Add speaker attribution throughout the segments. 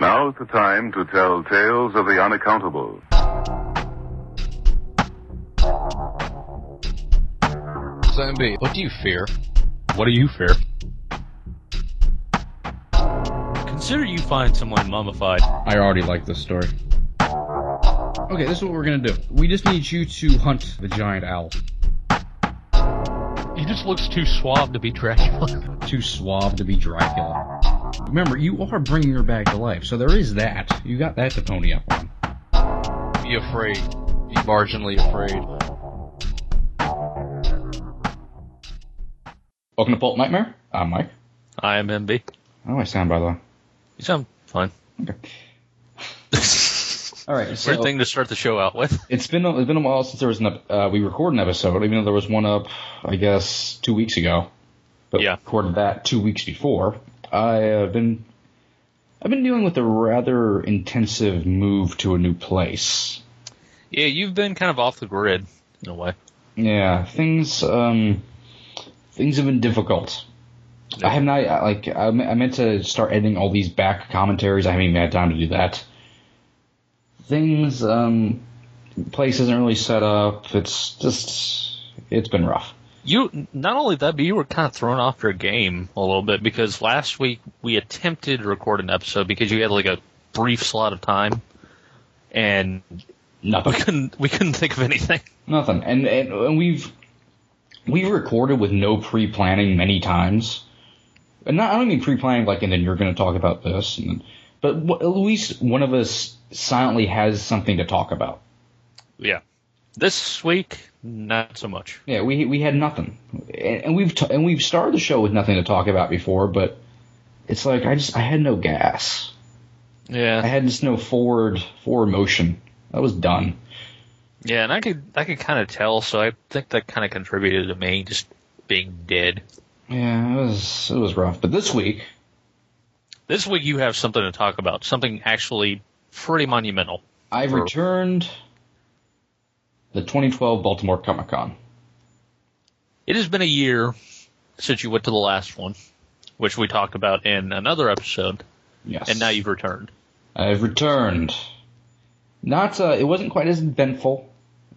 Speaker 1: Now's the time to tell tales of the unaccountable.
Speaker 2: Zombie, what do you fear? What do you fear?
Speaker 3: Consider you find someone mummified.
Speaker 4: I already like this story. Okay, this is what we're gonna do. We just need you to hunt the giant owl.
Speaker 5: He just looks too suave to be Dracula.
Speaker 4: Too suave to be Dracula. Remember, you are bringing her back to life, so there is that. You got that to pony up on.
Speaker 2: Be afraid. Be marginally afraid.
Speaker 4: Welcome to Bolt Nightmare. I'm Mike.
Speaker 3: I am MB.
Speaker 4: How do I sound, by the way?
Speaker 3: You sound fine.
Speaker 4: Okay.
Speaker 3: Weird
Speaker 4: All right. So
Speaker 3: thing to start the show out with.
Speaker 4: it's been a, it's been a while since there was an ep- uh, we recorded an episode, even though there was one up, I guess, two weeks ago. But
Speaker 3: Yeah.
Speaker 4: we recorded that two weeks before. I have been I've been dealing with a rather intensive move to a new place.
Speaker 3: Yeah, you've been kind of off the grid in a way.
Speaker 4: Yeah, things um, things have been difficult. I have not I- like I, me- I meant to start editing all these back commentaries. I haven't even had time to do that. Things um, place isn't really set up. It's just it's been rough.
Speaker 3: You not only that, but you were kind of thrown off your game a little bit because last week we attempted to record an episode because you had like a brief slot of time, and we
Speaker 4: Nothing,
Speaker 3: couldn't we couldn't think of anything.
Speaker 4: nothing, and, and and we've we've recorded with no pre planning many times. And not, I don't mean pre planning like, and then you're going to talk about this, and then, but w- at least one of us silently has something to talk about.
Speaker 3: Yeah, this week not so much.
Speaker 4: Yeah, we we had nothing, and, and we've t- and we've started the show with nothing to talk about before, but it's like I just I had no gas. I
Speaker 3: Yeah,
Speaker 4: had just no forward forward motion. I was done.
Speaker 3: yeah, and I could I could kind of tell, so I think that kind of contributed to me just being dead.
Speaker 4: Yeah, it was it was rough. But this week,
Speaker 3: This week you have something to talk about, something actually pretty monumental.
Speaker 4: I
Speaker 3: Sure.
Speaker 4: returned the 2012 Baltimore Comic Con.
Speaker 3: It has been a year since you went to the last one, which we talked about in another episode,
Speaker 4: Yes,
Speaker 3: and now you've returned.
Speaker 4: I've returned. Not uh, it wasn't quite as eventful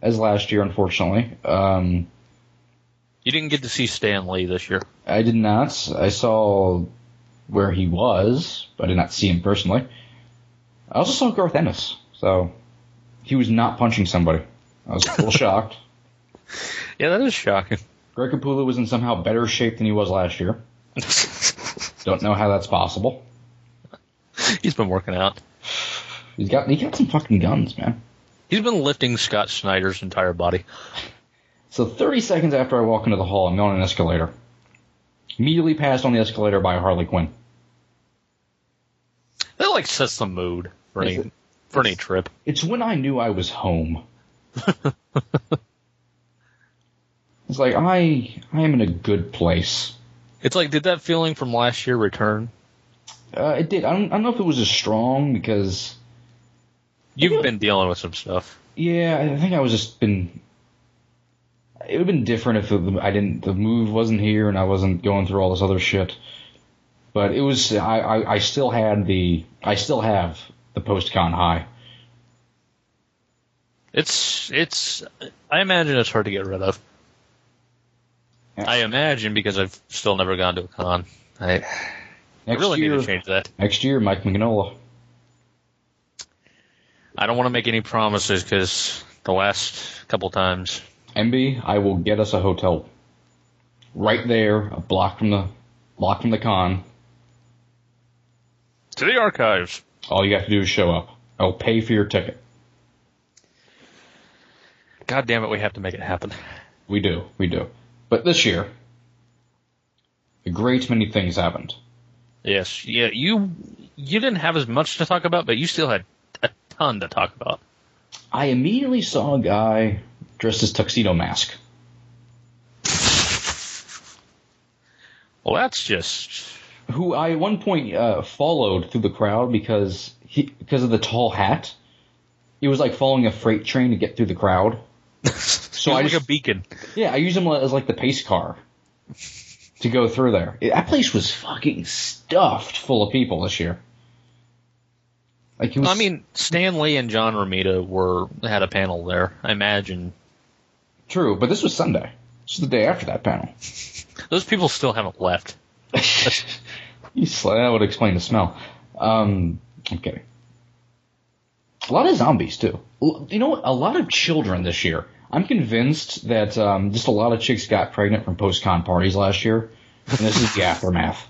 Speaker 4: as last year, unfortunately. Um,
Speaker 3: You didn't get to see Stan Lee this year.
Speaker 4: I did not. I saw where he was, but I did not see him personally. I also saw Garth Ennis, so he was not punching somebody. I was a little shocked.
Speaker 3: Yeah, that is shocking.
Speaker 4: Greg Capullo was in somehow better shape than he was last year. Don't know how that's possible.
Speaker 3: He's been working out.
Speaker 4: He's got he got some fucking guns, man.
Speaker 3: He's been lifting Scott Snyder's entire body.
Speaker 4: So 30 seconds after I walk into the hall, I'm on an escalator. Immediately passed on the escalator by Harley Quinn.
Speaker 3: That like sets the mood for
Speaker 4: Is
Speaker 3: any
Speaker 4: it-
Speaker 3: for any trip.
Speaker 4: It's when I knew I was home. it's like I I am in a good place.
Speaker 3: It's like did that feeling from last year return?
Speaker 4: Uh, it did. I don't, I don't know if it was as strong because
Speaker 3: You've been dealing with some stuff.
Speaker 4: yeah, I think I was just been. It would have been different if the, I didn't. The move wasn't here and I wasn't going through all this other shit. But it was. I I, I still had the. I still have the post con high.
Speaker 3: It's it's. I imagine it's hard to get rid of.
Speaker 4: Yeah.
Speaker 3: I imagine because I've still never gone to a con. I, I
Speaker 4: Next
Speaker 3: really
Speaker 4: year,
Speaker 3: need to change that.
Speaker 4: next year, Mike Mignola.
Speaker 3: I don't want to make any promises because the last couple times,
Speaker 4: MB, I will get us a hotel. Right there, a block from the block from the con.
Speaker 3: to the archives.
Speaker 4: All you have to do is show up. I'll pay for your ticket.
Speaker 3: God damn it, we have to make it happen.
Speaker 4: We do, we do. But this year, a great many things happened.
Speaker 3: Yes, yeah. You you didn't have as much to talk about, but you still had a ton to talk about.
Speaker 4: I immediately saw a guy dressed as tuxedo mask.
Speaker 3: Well, that's just
Speaker 4: who I at one point uh, followed through the crowd because he because of the tall hat. It was like following a freight train to get through the crowd. so
Speaker 3: He's
Speaker 4: I
Speaker 3: like
Speaker 4: just
Speaker 3: a beacon.
Speaker 4: yeah, I used him as like the pace car to go through there. That place was fucking stuffed full of people this year. Like it was,
Speaker 3: I mean, Stan Lee and John Romita were had a panel there. I imagine
Speaker 4: true, but this was Sunday. This is the day after that panel.
Speaker 3: those people still haven't left.
Speaker 4: You sl- that would explain the smell. Um, I'm kidding. A lot of zombies too. L- You know, what? a lot of children this year. I'm convinced that um, just a lot of chicks got pregnant from post-con parties last year, and this is the aftermath.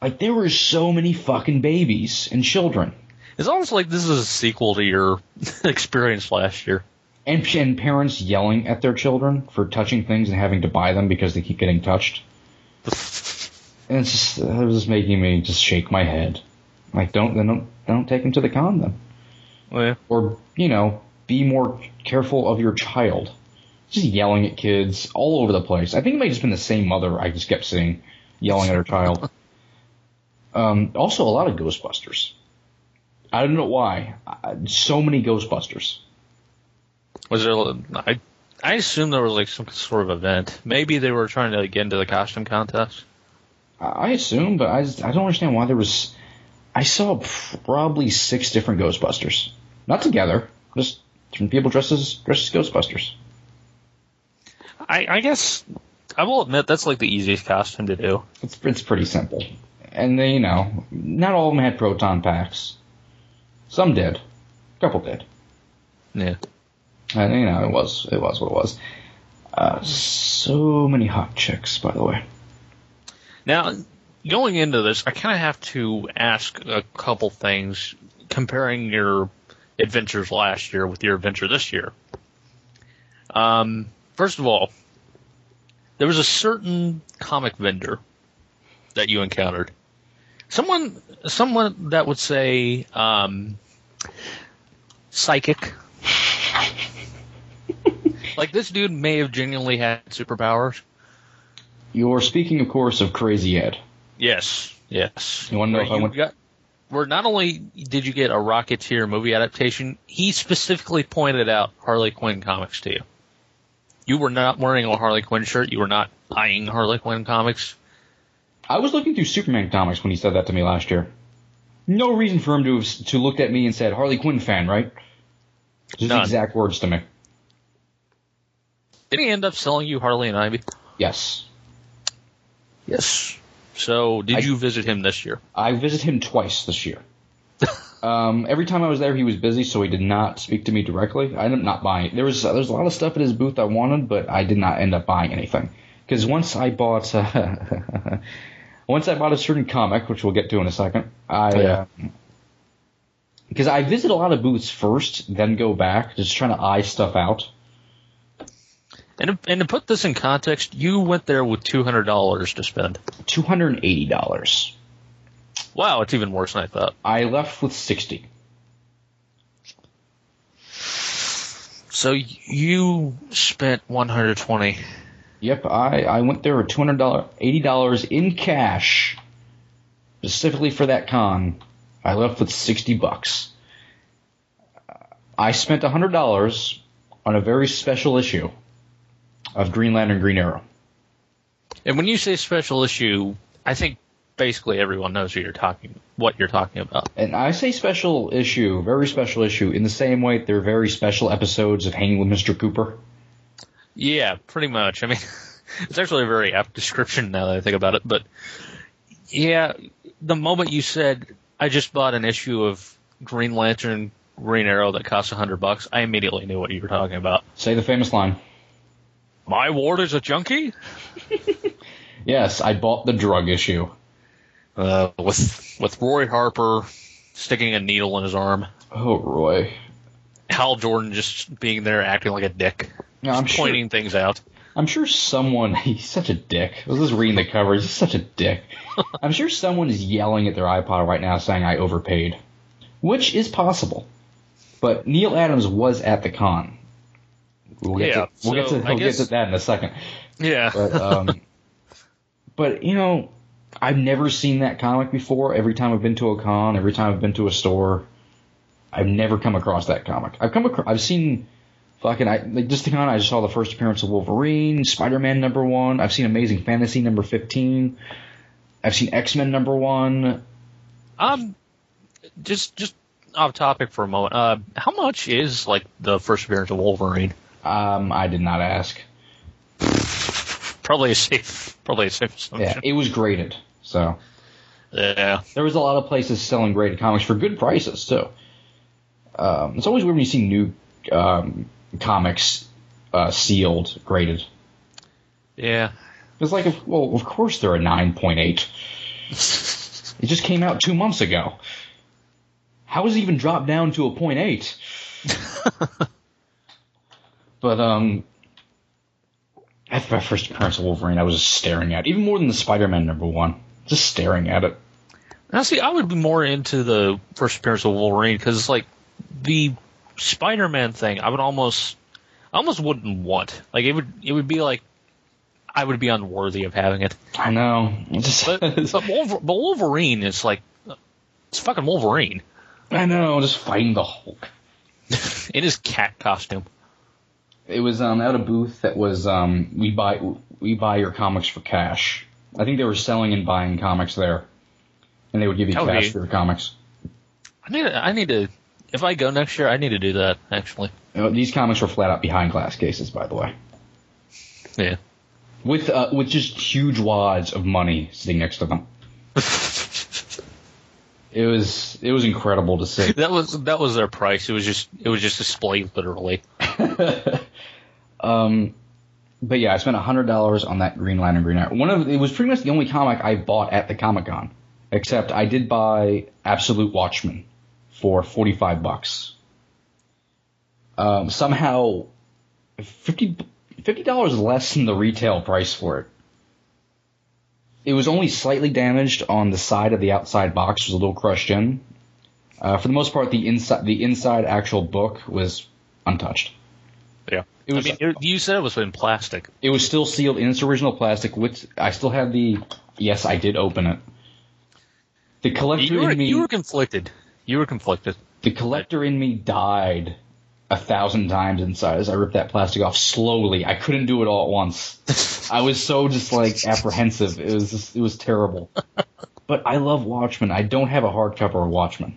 Speaker 4: like there were so many fucking babies and children
Speaker 3: It's almost like this is a sequel to your experience last year.
Speaker 4: and, and parents yelling at their children for touching things and having to buy them because they keep getting touched. And it's just it was just making me just shake my head. Like don't then don't don't take them to the con then,
Speaker 3: Oh, Yeah.
Speaker 4: or you know be more careful of your child. Just yelling at kids all over the place. I think it might have just been the same mother I just kept seeing yelling at her child. Um, also, a lot of Ghostbusters. I don't know why. I, so many Ghostbusters.
Speaker 3: Was there? I I assume there was like some sort of event. Maybe they were trying to get into the costume contest.
Speaker 4: I I assume, but I, just- I don't understand why there was. I saw probably six different Ghostbusters, not together, just different people dressed as dressed as Ghostbusters.
Speaker 3: I, I guess I will admit that's like the easiest costume to do.
Speaker 4: It's it's pretty simple, and they you know not all of them had proton packs. Some did, a couple did,
Speaker 3: Yeah.
Speaker 4: and you know it was it was what it was. Uh, so many hot chicks, by the way.
Speaker 3: Now, going into this, I kind of have to ask a couple things comparing your adventures last year with your adventure this year. Um, first of all, there was a certain comic vendor that you encountered. Someone, someone that would say, um, psychic. like this dude may have genuinely had superpowers.
Speaker 4: You're speaking, of course, of Crazy Ed.
Speaker 3: Yes, yes.
Speaker 4: You wanna know
Speaker 3: Where
Speaker 4: if I went-
Speaker 3: got- where not only did you get a Rocketeer movie adaptation, he specifically pointed out Harley Quinn comics to you. You were not wearing a Harley Quinn shirt. You were not eyeing Harley Quinn comics.
Speaker 4: I was looking through Superman comics when he said that to me last year. No reason for him to have to looked at me and said Harley Quinn fan, right? Just
Speaker 3: None.
Speaker 4: exact words to me.
Speaker 3: Did he end up selling you Harley and Ivy?
Speaker 4: Yes,
Speaker 3: Yes. So, did
Speaker 4: I-
Speaker 3: you visit him this year?
Speaker 4: I visited him twice this year. um, every time I was there, he was busy, so he did not speak to me directly. I ended up not buying. There was there's a lot of stuff at his booth I wanted, but I did not end up buying anything because once I bought. Uh, Once I bought a certain comic, which we'll get to in a second, I
Speaker 3: Yeah.
Speaker 4: because I visit a lot of booths first, then go back, just trying to eye stuff out.
Speaker 3: And to, and to put this in context, you went there with two hundred dollars to spend.
Speaker 4: Two hundred and eighty dollars.
Speaker 3: Wow, it's even worse than I thought.
Speaker 4: I left with sixty.
Speaker 3: So you spent one hundred twenty.
Speaker 4: Yep, I, I went there with two hundred dollar eighty dollars in cash, specifically for that con. I left with sixty bucks. I spent hundred dollars on a very special issue of Green Lantern Green Arrow.
Speaker 3: And when you say special issue, I think basically everyone knows who you're talking, what you're talking about.
Speaker 4: And I say special issue, very special issue, in the same way they're very special episodes of Hanging with Mr. Cooper.
Speaker 3: Yeah, pretty much. I mean, it's actually a very apt description now that I think about it. But yeah, the moment you said I just bought an issue of Green Lantern Green Arrow that costs a hundred bucks, I immediately knew what you were talking about.
Speaker 4: Say the famous line.
Speaker 3: My ward is a junkie.
Speaker 4: Yes, I bought the drug issue.
Speaker 3: Uh, with with Roy Harper sticking a needle in his arm,
Speaker 4: Oh, Roy.
Speaker 3: Hal Jordan just being there acting like a dick,
Speaker 4: Now, I'm sure,
Speaker 3: pointing things out.
Speaker 4: I'm sure someone. He's such a dick. I was just reading the cover. He's such a dick. I'm sure someone is yelling at their iPod right now saying I overpaid, which is possible. But Neil Adams was at the con. We'll get
Speaker 3: Yeah,
Speaker 4: to, we'll get
Speaker 3: so
Speaker 4: to,
Speaker 3: I
Speaker 4: we'll
Speaker 3: guess-
Speaker 4: get to that in a second.
Speaker 3: Yeah.
Speaker 4: But um, but you know, I've never seen that comic before. Every time I've been to a con, every time I've been to a store, I've never come across that comic. I've come across, I've seen fucking I like just the con. I saw the first appearance of Wolverine, Spider Man number one. I've seen Amazing Fantasy number fifteen. I've seen X Men number one.
Speaker 3: Um, just just off topic for a moment. Uh, how much is like the first appearance of Wolverine?
Speaker 4: Um, I did not ask.
Speaker 3: Probably a safe, probably a safe
Speaker 4: Yeah,
Speaker 3: assumption.
Speaker 4: it was graded. So
Speaker 3: Yeah.
Speaker 4: there was a lot of places selling graded comics for good prices too. Um, it's always weird when you see new um, comics uh, sealed graded.
Speaker 3: yeah,
Speaker 4: It's like, if, well, of course they're a nine point eight. It just came out two months ago. How has it even dropped down to a point eight? but um, after my first appearance of Wolverine, I was just staring at it. even more than the Spider-Man number one, just staring at it.
Speaker 3: Now, see, I would be more into the first appearance of Wolverine because, like, the Spider-Man thing, I would almost, I almost wouldn't want. Like, it would, it would be like, I would be unworthy of having it.
Speaker 4: I know. It just-
Speaker 3: But, but, Wolver- but Wolverine is like, it's fucking Wolverine
Speaker 4: I know. Just fighting the Hulk.
Speaker 3: in his cat costume.
Speaker 4: It was um at a booth that was um we buy we buy your comics for cash. I think they were selling and buying comics there, and they would give you
Speaker 3: That would
Speaker 4: cash
Speaker 3: be-
Speaker 4: for your comics.
Speaker 3: I need, to- I need to. If I go next year, I need to do that. Actually,
Speaker 4: Uh, These comics were flat out behind glass cases, by the way,
Speaker 3: yeah.
Speaker 4: with uh, with just huge wads of money sitting next to them. It was it was incredible to see.
Speaker 3: That was that was their price. It was just it was just displayed literally.
Speaker 4: But yeah, I spent hundred dollars on that Green Lantern Green Arrow. One of it was pretty much the only comic I bought at the Comic Con, except I did buy Absolute Watchmen for forty five bucks. Um, somehow, 50 dollars less than the retail price for it. It was only slightly damaged on the side of the outside box; was a little crushed in. Uh, for the most part, the inside the inside actual book was untouched.
Speaker 3: Yeah.
Speaker 4: It was
Speaker 3: I mean, it, you said it was in plastic.
Speaker 4: it was still sealed in its original plastic, which I still had the. Yes, I did open it. The collector
Speaker 3: You were,
Speaker 4: in me,
Speaker 3: you were conflicted. You were conflicted.
Speaker 4: the collector in me died a thousand times inside as I ripped that plastic off slowly. I couldn't do it all at once. I was so just like apprehensive. It was just, it was terrible. But I love Watchmen. I don't have a hardcover of Watchmen,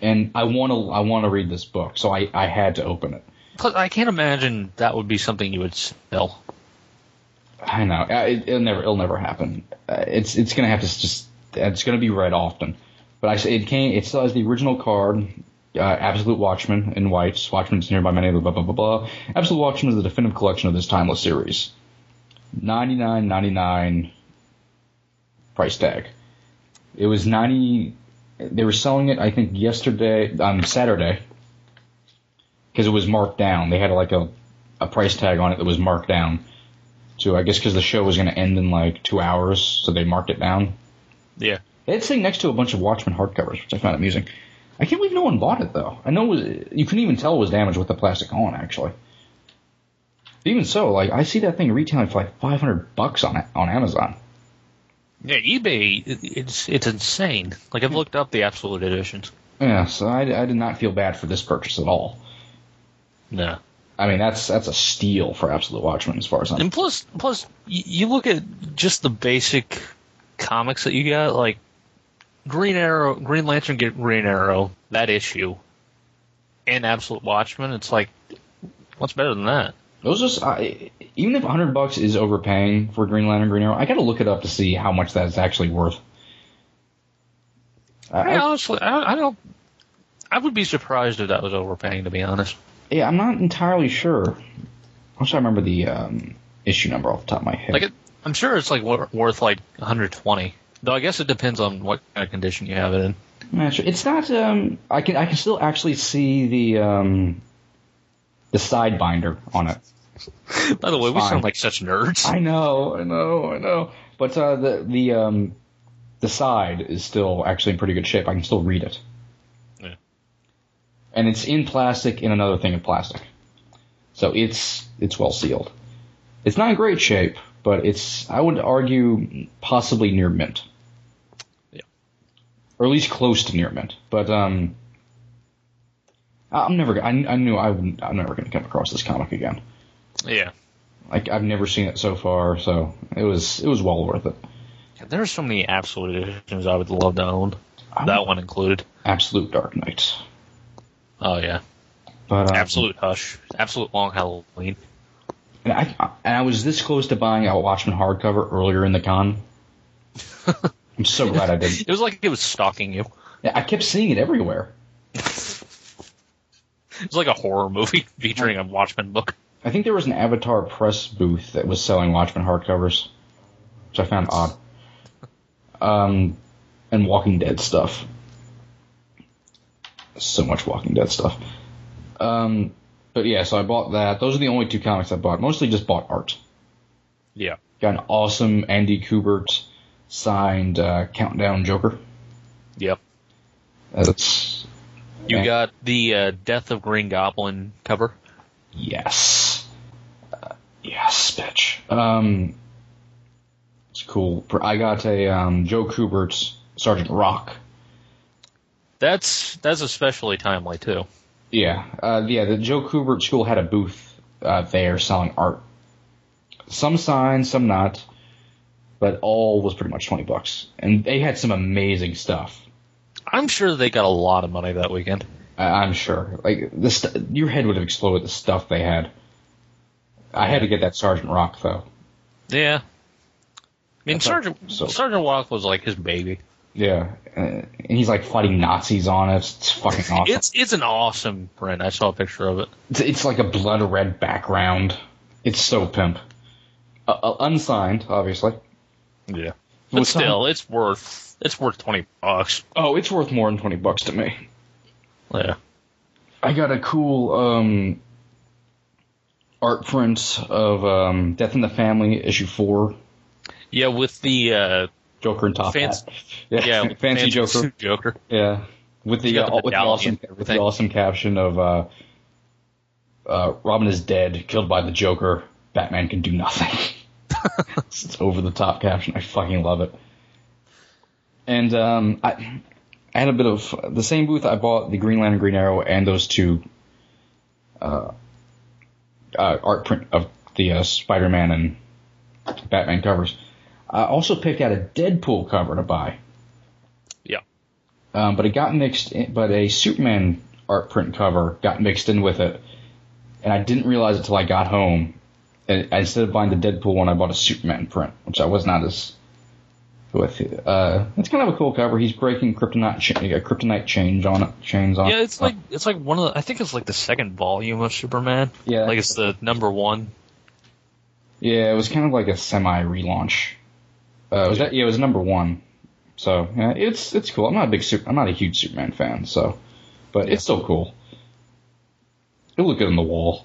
Speaker 4: and I want to I want to read this book, so I I had to open it.
Speaker 3: Plus, I can't imagine that would be something you would sell.
Speaker 4: I know. Uh, It, it'll never. It'll never happen. Uh, It's it's gonna have to s- just. It's gonna be read often. But I say it came. It still has the original card. Uh, Absolute Watchmen in white. Watchmen's nearby. My neighbor. Blah blah blah blah. Absolute Watchmen is the definitive collection of this timeless series. Ninety nine ninety nine. Price tag. It was ninety. They were selling it. I think yesterday on Saturday. Because it was marked down. They had like a a price tag on it that was marked down to I guess because the show was going to end in like two hours, so they marked it down.
Speaker 3: Yeah.
Speaker 4: They had sitting next to a bunch of Watchmen hardcovers, which I found amusing. I can't believe no one bought it though. I know it was, you couldn't even tell it was damaged with the plastic on actually. Even so, like I see that thing retailing for like five hundred bucks on on Amazon.
Speaker 3: Yeah, eBay, it- it's it's insane. Like I've looked up the absolute editions.
Speaker 4: Yeah, so I, I did not feel bad for this purchase at all.
Speaker 3: No.
Speaker 4: I mean that's that's a steal for Absolute Watchmen as far as I'm.
Speaker 3: And plus, plus, y- you look at just the basic comics that you got, like Green Arrow, Green Lantern, get Green Arrow, that issue, and Absolute Watchmen. It's like, what's better than that?
Speaker 4: Those just I, even if hundred bucks is overpaying for Green Lantern Green Arrow, I got to look it up to see how much that's actually worth. I-
Speaker 3: I, honestly, I, I don't. I would be surprised if that was overpaying, to be honest.
Speaker 4: Yeah, I'm not entirely sure. I'm sure I remember the um, issue number off the top of my head.
Speaker 3: Like, it, I'm sure it's like wor- worth like 120. Though I guess it depends on what kind of condition you have it in.
Speaker 4: I'm not sure. It's not. Um, I can I can still actually see the um, the side binder on it.
Speaker 3: By the way, we
Speaker 4: Fine.
Speaker 3: sound like such nerds.
Speaker 4: I know, I know, I know. But uh, the the um, the side is still actually in pretty good shape. I can still read it.
Speaker 3: Yeah.
Speaker 4: And it's in plastic in another thing of plastic, so it's it's well sealed. It's not in great shape, but it's I would argue possibly near mint.
Speaker 3: Yeah.
Speaker 4: Or at least close to near mint. But um, I- I'm never. I, I knew I wouldn't. I'm never going to come across this comic again.
Speaker 3: Yeah.
Speaker 4: Like I've never seen it so far, so it was it was well worth it.
Speaker 3: There are so many absolute editions I would love to own. that one included.
Speaker 4: Absolute Dark Knight.
Speaker 3: Oh yeah,
Speaker 4: But um,
Speaker 3: absolute hush, absolute long Halloween.
Speaker 4: And I and I was this close to buying a Watchmen hardcover earlier in the con. I'm so glad I didn't.
Speaker 3: It was like it was stalking you.
Speaker 4: Yeah, I kept seeing it everywhere.
Speaker 3: It was like a horror movie featuring a Watchmen book.
Speaker 4: I think there was an Avatar press booth that was selling Watchmen hardcovers, which I found odd. Um, and Walking Dead stuff. So much Walking Dead stuff. Um, but yeah, so I bought that. Those are the only two comics I bought. Mostly just bought art.
Speaker 3: Yeah.
Speaker 4: Got an awesome Andy Kubert signed uh, Countdown Joker.
Speaker 3: Yep.
Speaker 4: That's
Speaker 3: You
Speaker 4: Yeah.
Speaker 3: got the uh, Death of Green Goblin cover.
Speaker 4: Yes. Uh, yes, bitch. Um, it's cool. I got a um, Joe Kubert's Sergeant Rock.
Speaker 3: That's that's especially timely too.
Speaker 4: Yeah, uh, yeah. The Joe Kubert School had a booth uh, there selling art. Some signed, some not, but all was pretty much twenty bucks, and they had some amazing stuff.
Speaker 3: I'm sure they got a lot of money that weekend.
Speaker 4: I- I'm sure. Like the st- your head would have exploded with the stuff they had. I had to get that Sergeant Rock though.
Speaker 3: Yeah. I mean,
Speaker 4: That's
Speaker 3: Sergeant
Speaker 4: not- so-
Speaker 3: Sergeant Walk was like his baby.
Speaker 4: Yeah, uh, and he's like fighting Nazis on us. It's fucking awesome.
Speaker 3: It's it's an awesome print. I saw a picture of it.
Speaker 4: It's, it's like a blood red background. It's so pimp. Uh, uh, unsigned, obviously.
Speaker 3: Yeah,
Speaker 4: Well,
Speaker 3: but
Speaker 4: it's not-
Speaker 3: still, it's worth it's worth twenty bucks.
Speaker 4: Oh, it's worth more than twenty bucks to me.
Speaker 3: Yeah,
Speaker 4: I got a cool um, art print of um, Death in the Family issue four.
Speaker 3: yeah, with the uh,
Speaker 4: Joker and Top
Speaker 3: Fancy-
Speaker 4: Hat.
Speaker 3: yeah with
Speaker 4: fancy,
Speaker 3: fancy
Speaker 4: Joker.
Speaker 3: suit Joker.
Speaker 4: Yeah, with the,
Speaker 3: She's got
Speaker 4: uh,
Speaker 3: the
Speaker 4: with, the
Speaker 3: medallion
Speaker 4: awesome,
Speaker 3: and
Speaker 4: with the
Speaker 3: everything.
Speaker 4: awesome caption of uh, uh, "Robin is dead, killed by the Joker. Batman can do nothing." it's it's over the top caption. I fucking love it. And um, I, I had a bit of the same booth. I bought the Green Lantern, Green Arrow, and those two uh, uh, art print of the uh, Spider-Man and Batman covers. I also picked out a Deadpool cover to buy
Speaker 3: Yeah,
Speaker 4: um, but it got mixed. In, but a Superman art print cover got mixed in with it, and I didn't realize it till I got home. And I- instead of buying the Deadpool one, I bought a Superman print, which I was not as with. Uh, it's kind of a cool cover. He's breaking kryptonite cha- uh, kryptonite chains on it, chains on.
Speaker 3: yeah, it's like it's like one of the, I think it's like the second volume of Superman.
Speaker 4: Yeah.
Speaker 3: like it's the number one.
Speaker 4: yeah, it was kind of like a semi relaunch. Uh, was that yeah? It was number one. So yeah, it's it's cool. I'm not a big super, I'm not a huge Superman fan, so but it's still cool. It'll look good on the wall.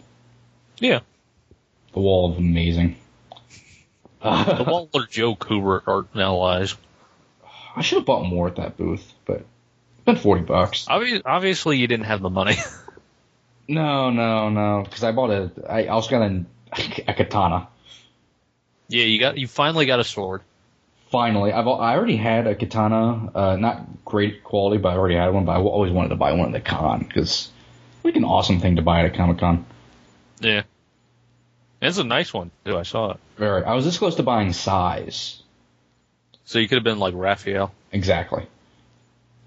Speaker 3: Yeah,
Speaker 4: The Wall of Amazing.
Speaker 3: the Waller Joe Kubert art now lies.
Speaker 4: I should have bought more at that booth, but it's been forty bucks.
Speaker 3: Obvi- obviously, you didn't have the money.
Speaker 4: No, no, no, because I bought a. I also got a, a katana.
Speaker 3: yeah, you got you finally got a sword.
Speaker 4: Finally, I've al- I already had a katana. Uh, not great quality, but I already had one. But I wa- always wanted to buy one at the con because like an awesome thing to buy at a comic con.
Speaker 3: Yeah, it's a nice one too. I saw it.
Speaker 4: Very. I was this close to buying size
Speaker 3: So you could have been like Raphael.
Speaker 4: exactly,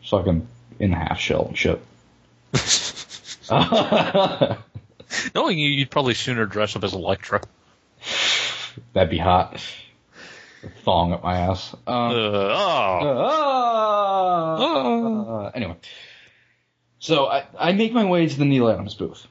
Speaker 4: so I can in the half shell and shit.
Speaker 3: Knowing you, you'd probably sooner dress up as Electra.
Speaker 4: That'd be hot. Thong up my ass. Um,
Speaker 3: Uh, oh.
Speaker 4: Uh, anyway, so I, I make my way to the Neil Adams booth.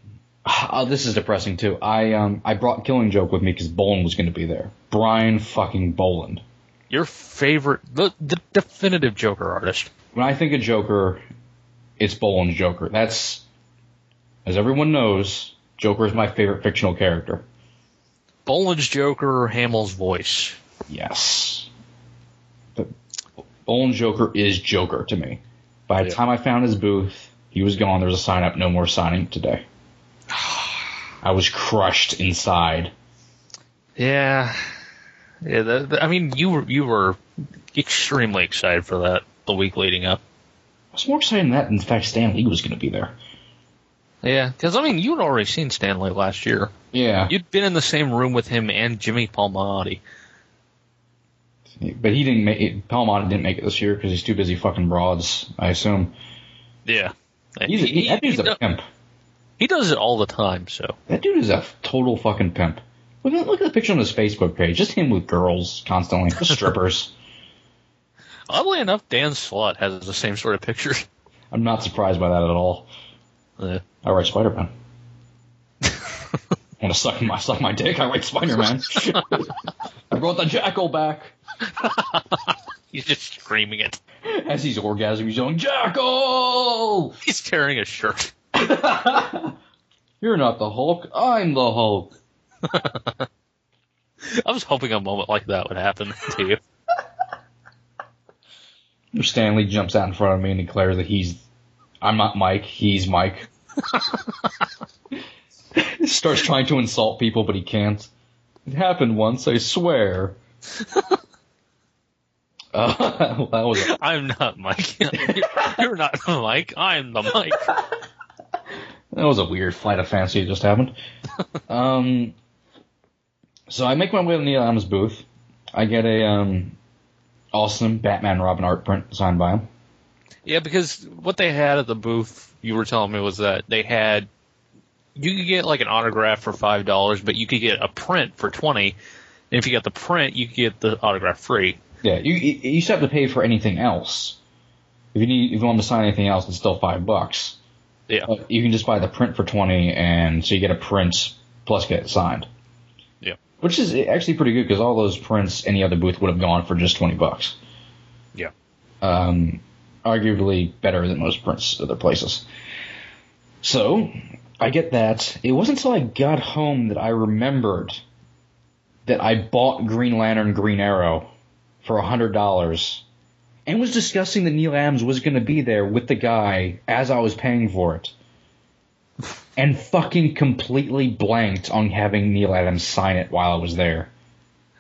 Speaker 4: Oh, this is depressing too. I um I brought Killing Joke with me because Boland was going to be there. Brian fucking Boland.
Speaker 3: Your favorite, the, the definitive Joker artist.
Speaker 4: When I think of Joker, it's Boland's Joker. That's as everyone knows, Joker is my favorite fictional character.
Speaker 3: Boland's Joker, Hamill's voice.
Speaker 4: Yes, but Boland's Joker is Joker to me. By the
Speaker 3: Yeah.
Speaker 4: time I found his booth, he was gone. There was a sign up, no more signing today. I was crushed inside.
Speaker 3: Yeah, yeah. That, that- I mean, you were you were extremely excited for that the week leading up.
Speaker 4: I was more excited than that. In fact, Stan Lee was going to be there.
Speaker 3: Yeah, because I mean, you'd already seen Stanley last year.
Speaker 4: Yeah,
Speaker 3: You'd been in the same room with him and Jimmy Palmiotti.
Speaker 4: But he didn't make it. Palmont didn't make it this year because he's too busy fucking broads, I assume.
Speaker 3: Yeah.
Speaker 4: He's a,
Speaker 3: He-
Speaker 4: he, that
Speaker 3: he-
Speaker 4: dude's
Speaker 3: he
Speaker 4: a
Speaker 3: do-
Speaker 4: pimp.
Speaker 3: he does it all the time, so.
Speaker 4: That dude is a total fucking pimp. Look at, look at the picture on his Facebook page. Just him with girls constantly, just strippers.
Speaker 3: Oddly enough, Dan Slott has the same sort of picture.
Speaker 4: I'm not surprised by that at all.
Speaker 3: Yeah.
Speaker 4: I write Spider Man. Want to suck my suck my dick? I write Spider Man. I brought the jackal back.
Speaker 3: He's just screaming it.
Speaker 4: As he's orgasming, he's yelling, "Jackal!
Speaker 3: He's carrying a shirt.
Speaker 4: You're not the Hulk. I'm the Hulk."
Speaker 3: I was hoping a moment like that would happen to you.
Speaker 4: Stanley jumps out in front of me and declares that he's, I'm not Mike, he's Mike. Starts trying to insult people, but he can't. It happened once, I swear. uh, that was
Speaker 3: I'm not Mike. You're not the Mike. I'm the Mike.
Speaker 4: That was a weird flight of fancy that just happened. um, so I make my way to Neil Adams' booth. I get a um, awesome Batman Robin art print signed by him.
Speaker 3: Yeah, because what they had at the booth, you were telling me, was that they had you could get like an autograph for five dollars, but you could get a print for twenty. And if you got the print, you could get the autograph free.
Speaker 4: Yeah, you you you used to have to pay for anything else. If you need if you want to sign anything else, it's still five bucks.
Speaker 3: Yeah,
Speaker 4: But you can just buy the print for twenty, and so you get a print plus get it signed.
Speaker 3: Yeah.
Speaker 4: which is actually pretty good because all those prints any other booth would have gone for just twenty bucks.
Speaker 3: yeah.
Speaker 4: um, arguably better than most prints other places. So I get that. It wasn't until I got home that I remembered that I bought Green Lantern Green Arrow for hundred dollars and was discussing that Neil Adams was going to be there with the guy as I was paying for it. And fucking completely blanked on having Neil Adams sign it while I was there.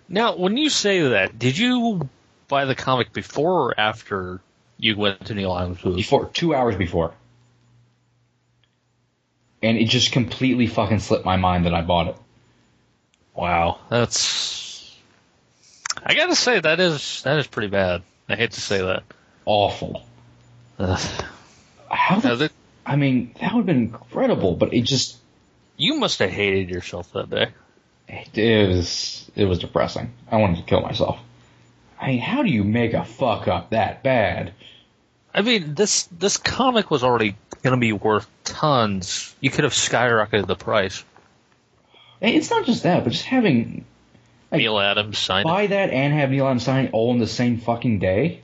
Speaker 3: Now, when you say that, did you buy the comic before or after you went to Neil Adams' booth?
Speaker 4: before two hours before and it just completely fucking slipped my mind that i bought it
Speaker 3: Wow, that's. I gotta say that is that is pretty bad. I hate to say that.
Speaker 4: awful
Speaker 3: Ugh.
Speaker 4: how
Speaker 3: Now,
Speaker 4: the,
Speaker 3: that-
Speaker 4: i mean that would have been incredible but it just
Speaker 3: you must have hated yourself that day.
Speaker 4: it was it was depressing i wanted to kill myself i mean how do you make a fuck up that bad
Speaker 3: I mean, this this comic was already going to be worth tons. You could have skyrocketed the price.
Speaker 4: And it's not just that but just having
Speaker 3: Neil Adams signed it.
Speaker 4: buy that and have neil adams sign it all in the same fucking day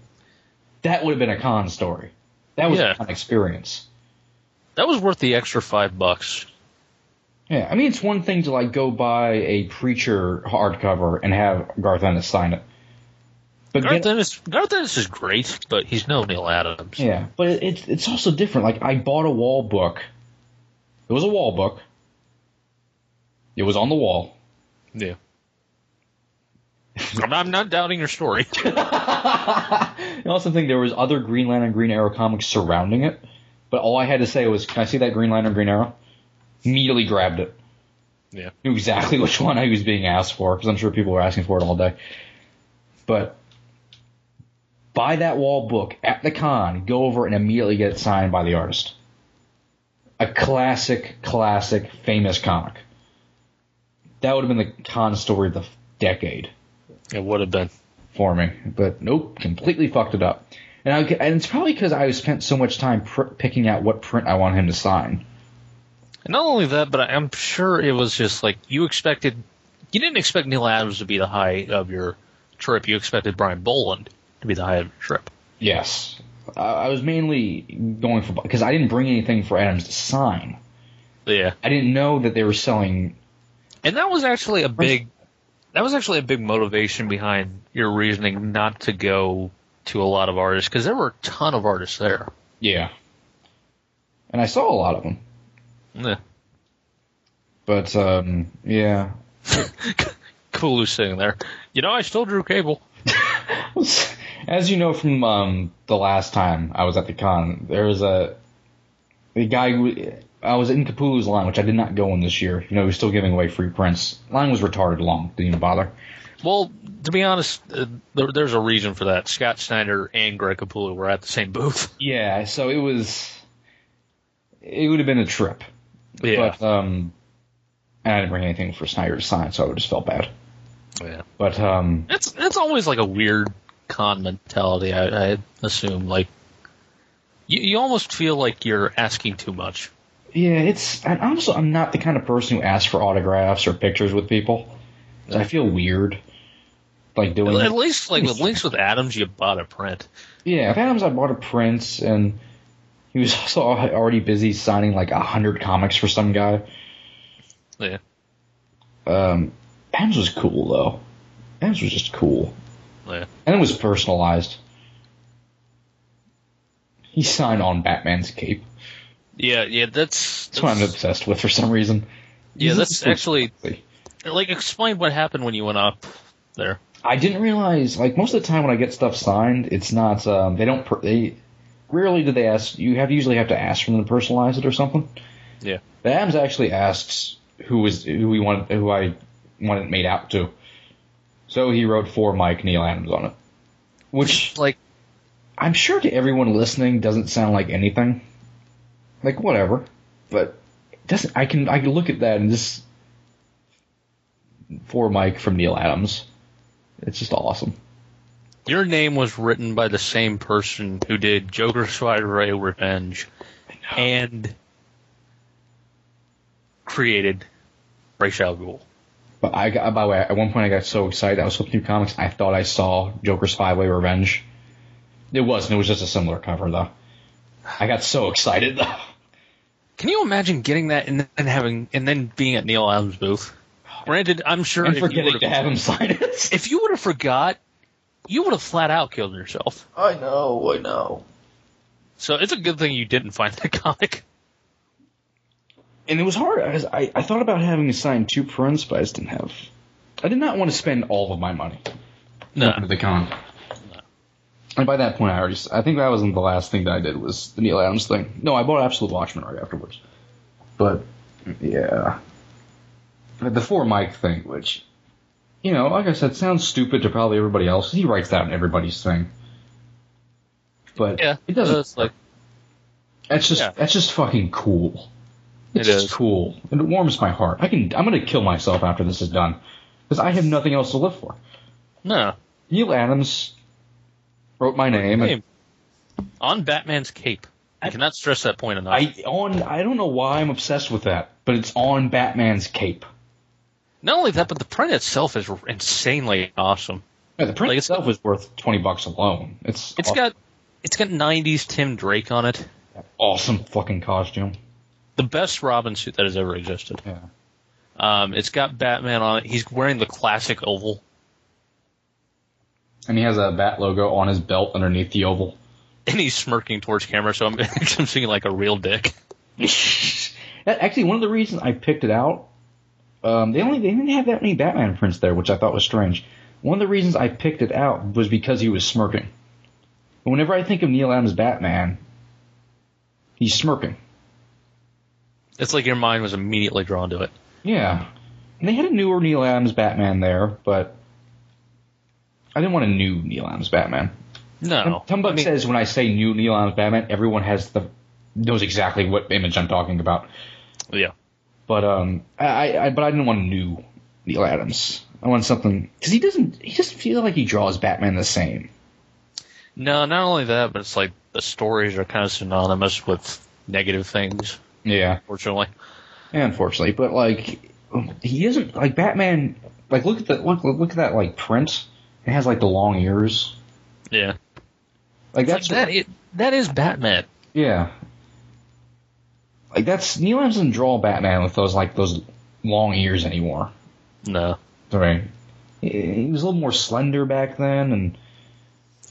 Speaker 4: that would have been a con story that was
Speaker 3: Yeah.
Speaker 4: a con experience
Speaker 3: That was worth the extra five bucks.
Speaker 4: Yeah, I mean it's one thing to like go buy a preacher hardcover and have Garth Ennis sign it, but
Speaker 3: Garth
Speaker 4: get-
Speaker 3: Ennis, Garth Ennis is great, but he's no Neil Adams.
Speaker 4: yeah, but it- it's it's also different. Like I bought a wall book. It was a wall book. It was on the wall.
Speaker 3: Yeah. I'm, I'm not doubting your story.
Speaker 4: I also think there was other Green Lantern Green Arrow comics surrounding it, but all I had to say was, "Can I see that Green Lantern Green Arrow?" Immediately grabbed it.
Speaker 3: Yeah.
Speaker 4: knew exactly which one I was being asked for because I'm sure people were asking for it all day. But buy that wall book at the con, go over and immediately get it signed by the artist. A classic, classic, famous comic. That would have been the con story of the f- decade
Speaker 3: It would have been.
Speaker 4: for me, but nope, completely fucked it up. And, I, and it's probably because I spent so much time pr- picking out what print I want him to sign.
Speaker 3: And not only that, but I- I'm sure it was just like you expected. You didn't expect Neil Adams to be the high of your trip. You expected Brian Boland to be the high of your trip.
Speaker 4: Yes. I, I was mainly going for because I didn't bring anything for Adams to sign.
Speaker 3: Yeah.
Speaker 4: I didn't know that they were selling.
Speaker 3: And that was actually a big that was actually a big motivation behind your reasoning not to go to a lot of artists because there were a ton of artists there.
Speaker 4: Yeah. And I saw a lot of them,
Speaker 3: Yeah.
Speaker 4: but um, yeah,
Speaker 3: Kulu's sitting there. You know, I still drew cable.
Speaker 4: As you know from um, the last time I was at the con, there was a the guy. Who, I was in Capulu's line, which I did not go in this year. You know, he was still giving away free prints. Line was retarded long. Didn't even bother.
Speaker 3: Well, to be honest, uh, there, there's a reason for that. Scott Snyder and Greg Capullo were at the same booth.
Speaker 4: Yeah, so it was. It would have been a trip.
Speaker 3: Yeah.
Speaker 4: But um, and I didn't bring anything for Snyder to sign, so I would just felt bad.
Speaker 3: yeah.
Speaker 4: But um,
Speaker 3: It's it's always like a weird con mentality. I, I assume like you, you almost feel like you're asking too much.
Speaker 4: yeah, it's. And also, I'm not the kind of person who asks for autographs or pictures with people. So I feel weird, like doing.
Speaker 3: At least like with links with Adams, you bought a print.
Speaker 4: Yeah, if Adams, I bought a Prince, and he was also al- already busy signing like a hundred comics for some guy.
Speaker 3: Yeah.
Speaker 4: Um, Adams was cool though. Adams was just cool,
Speaker 3: Yeah.
Speaker 4: and it was personalized. He signed on Batman's cape.
Speaker 3: Yeah, yeah, that's
Speaker 4: That's what I'm
Speaker 3: that's-
Speaker 4: obsessed with for some reason.
Speaker 3: yeah,
Speaker 4: He's
Speaker 3: that's
Speaker 4: a-
Speaker 3: actually like explain what happened when you went up there.
Speaker 4: I didn't realize like most of the time when I get stuff signed, it's not um, they don't per- they rarely do they ask you have usually have to ask for them to personalize it or something.
Speaker 3: Yeah.
Speaker 4: The Adams actually asks who was who we want who I wanted it made out to. So he wrote for Mike Neil Adams on it, which
Speaker 3: Like
Speaker 4: I'm sure to everyone listening doesn't sound like anything. Like whatever, but it doesn't I can I can look at that and just for Mike from Neil Adams. It's just awesome.
Speaker 3: your name was written by the same person who did Joker Spider Ray Revenge and created Ra's al Ghul.
Speaker 4: But I got, by the way, at one point I got so excited I was flipping through comics, I thought I saw Joker's Five Way Revenge. It wasn't. It was just a similar cover, though. I got so excited, though.
Speaker 3: Can you imagine getting that and then having and then being at Neil Adams' booth? Granted, I'm sure
Speaker 4: And
Speaker 3: if you,
Speaker 4: forgetting
Speaker 3: would've-
Speaker 4: to have him sign it.
Speaker 3: if you would have forgot, you would have flat out killed yourself.
Speaker 4: I know, I know.
Speaker 3: So it's a good thing you didn't find that comic.
Speaker 4: And it was hard. I, was, I, I thought about having to sign two prints, but I just didn't have. I did not want to spend all of my money
Speaker 3: No,
Speaker 4: at the con. And by that point, I already. s- I think that wasn't the last thing that I did was the Neil Adams thing. No, I bought Absolute Watchmen right afterwards. But yeah, but the four Mike thing, which you know, like I said, sounds stupid to probably everybody else. He writes that in everybody's thing. But
Speaker 3: yeah,
Speaker 4: it doesn't.
Speaker 3: It's like
Speaker 4: That's just
Speaker 3: Yeah.
Speaker 4: that's just fucking cool. It's
Speaker 3: It
Speaker 4: just
Speaker 3: is.
Speaker 4: cool, and it warms my heart. I can I'm gonna kill myself after this is done because I have nothing else to live for.
Speaker 3: no
Speaker 4: Neil Adams wrote my name. and
Speaker 3: name on Batman's cape. I cannot stress that point enough.
Speaker 4: I on I don't know why I'm obsessed with that, but it's on Batman's cape.
Speaker 3: Not only that, but the print itself is insanely awesome.
Speaker 4: Yeah, the print
Speaker 3: Like, it's-
Speaker 4: itself is worth twenty bucks alone. It's
Speaker 3: It's
Speaker 4: aw-
Speaker 3: got it's got '90s Tim Drake on it.
Speaker 4: awesome fucking costume.
Speaker 3: The best Robin suit that has ever existed.
Speaker 4: Yeah.
Speaker 3: Um, it's got Batman on it. He's wearing the classic oval.
Speaker 4: And he has a bat logo on his belt underneath the oval.
Speaker 3: and he's smirking towards camera, so I'm, I'm seeing like a real dick.
Speaker 4: That, actually, one of the reasons I picked it out, um, they only they didn't have that many Batman prints there, which I thought was strange. One of the reasons I picked it out was because he was smirking. And whenever I think of Neil Adams Batman, he's smirking.
Speaker 3: It's like your mind was immediately drawn to it.
Speaker 4: Yeah. And they had a newer Neil Adams Batman there, but I didn't want a new Neil Adams Batman.
Speaker 3: No,
Speaker 4: Tumbuck
Speaker 3: I mean,
Speaker 4: says when I say new Neil Adams Batman, everyone has the knows exactly what image I'm talking about.
Speaker 3: yeah,
Speaker 4: But um, I, I but I didn't want a new Neil Adams. I want something because he doesn't he doesn't feel like he draws Batman the same.
Speaker 3: no. Not only that, but it's like the stories are kind of synonymous with negative things.
Speaker 4: Yeah.
Speaker 3: Fortunately,
Speaker 4: Yeah, unfortunately, but like he isn't like Batman. Like look at the look look at that like print. It has like the long ears.
Speaker 3: yeah.
Speaker 4: Like
Speaker 3: That's
Speaker 4: that's
Speaker 3: that. It, that is Batman.
Speaker 4: Yeah. Like that's Neil Adams doesn't draw Batman with those like those long ears anymore.
Speaker 3: No,
Speaker 4: Right. He he was a little more slender back then, and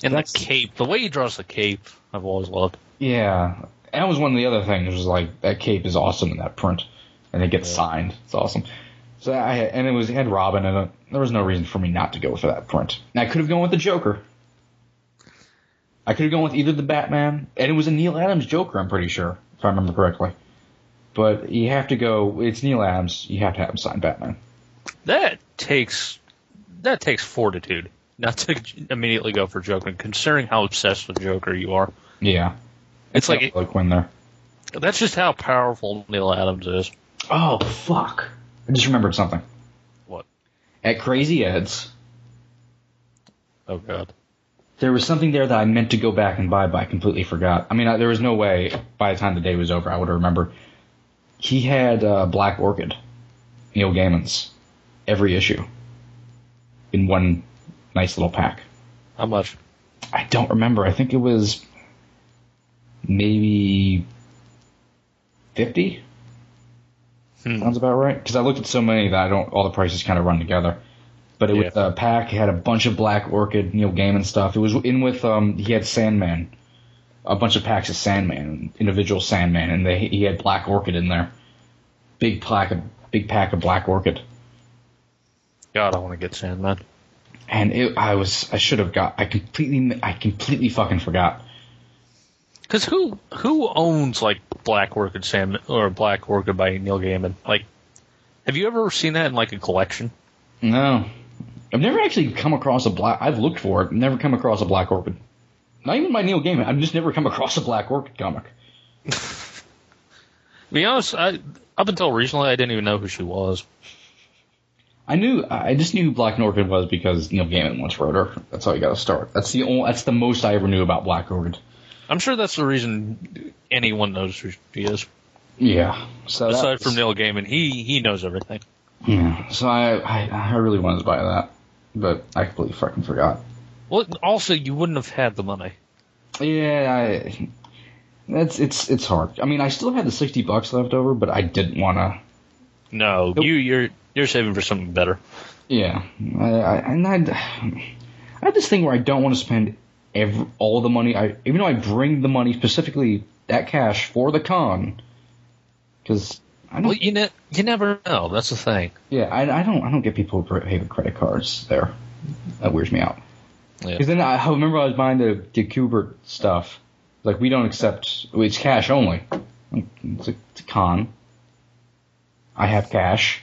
Speaker 3: and
Speaker 4: That's-
Speaker 3: the cape. The way he draws the cape, I've always loved.
Speaker 4: yeah, that was one of the other things. Was like that cape is awesome in that print, and it gets signed. It's awesome. So I and it was it had Robin, and there was no reason for me not to go for that print. And I could have gone with the Joker. I could have gone with either the Batman, and it was a Neil Adams Joker. I'm pretty sure, if I remember correctly. But you have to go. It's Neil Adams. You have to have him sign Batman.
Speaker 3: That takes that takes fortitude not to immediately go for Joker, considering how obsessed with Joker you are.
Speaker 4: Yeah.
Speaker 3: It's like it-
Speaker 4: like when they're
Speaker 3: that's just how powerful Neil Adams is.
Speaker 4: Oh fuck! I just remembered something.
Speaker 3: What?
Speaker 4: At Crazy Ed's,
Speaker 3: Oh god.
Speaker 4: there was something there that I meant to go back and buy, but I completely forgot. I mean, I, there was no way by the time the day was over I would remember. He had uh, Black Orchid, Neil Gaiman's, every issue, in one nice little pack.
Speaker 3: How much?
Speaker 4: I don't remember. I think it was maybe fifty.
Speaker 3: Hmm.
Speaker 4: Sounds about right. Because I looked at so many that I don't. All the prices kind of run together. But it was
Speaker 3: Yeah.
Speaker 4: a pack. It had a bunch of Black Orchid, Neil Gaiman stuff. It was in with um. He had Sandman, a bunch of packs of Sandman, individual Sandman, and they he had Black Orchid in there. Big pack of big pack of Black Orchid.
Speaker 3: God, I want to get Sandman.
Speaker 4: And it, I was I should have got I completely I completely fucking forgot.
Speaker 3: Because who who owns like Black Orchid Sandman or Black Orchid by Neil Gaiman? Like, have you ever seen that in like a collection?
Speaker 4: No. I've never actually come across a black. I've looked for it. Never come across a black orchid. Not even by Neil Gaiman. I've just never come across a black orchid comic.
Speaker 3: To be honest, I, up until recently, I didn't even know who she was.
Speaker 4: I knew. I just knew who Black Orchid was because Neil Gaiman once wrote her. That's how you got to start. That's the only. That's the most I ever knew about Black Orchid.
Speaker 3: I'm sure that's the reason anyone knows who she is.
Speaker 4: Yeah. So that
Speaker 3: Aside
Speaker 4: was-
Speaker 3: from Neil Gaiman, he he knows everything.
Speaker 4: Yeah. So I, I, I really wanted to buy that, but I completely fucking forgot.
Speaker 3: Well, also you wouldn't have had the money.
Speaker 4: Yeah. I, that's it's it's hard. I mean, I still had the sixty bucks left over, but I didn't want to.
Speaker 3: No, you you're you're saving for something better.
Speaker 4: Yeah, I, I, and I, I have this thing where I don't want to spend every, all the money. I even though I bring the money specifically that cash for the con, because I don't.
Speaker 3: Well, you ne- you never know. That's the thing.
Speaker 4: yeah, I, I don't. I don't get people who pay with credit cards there. That weirds me out.
Speaker 3: Yeah.
Speaker 4: Because then I, I remember I was buying the the Kubert stuff. Like we don't accept. It's cash only. It's a, it's a con. I have cash.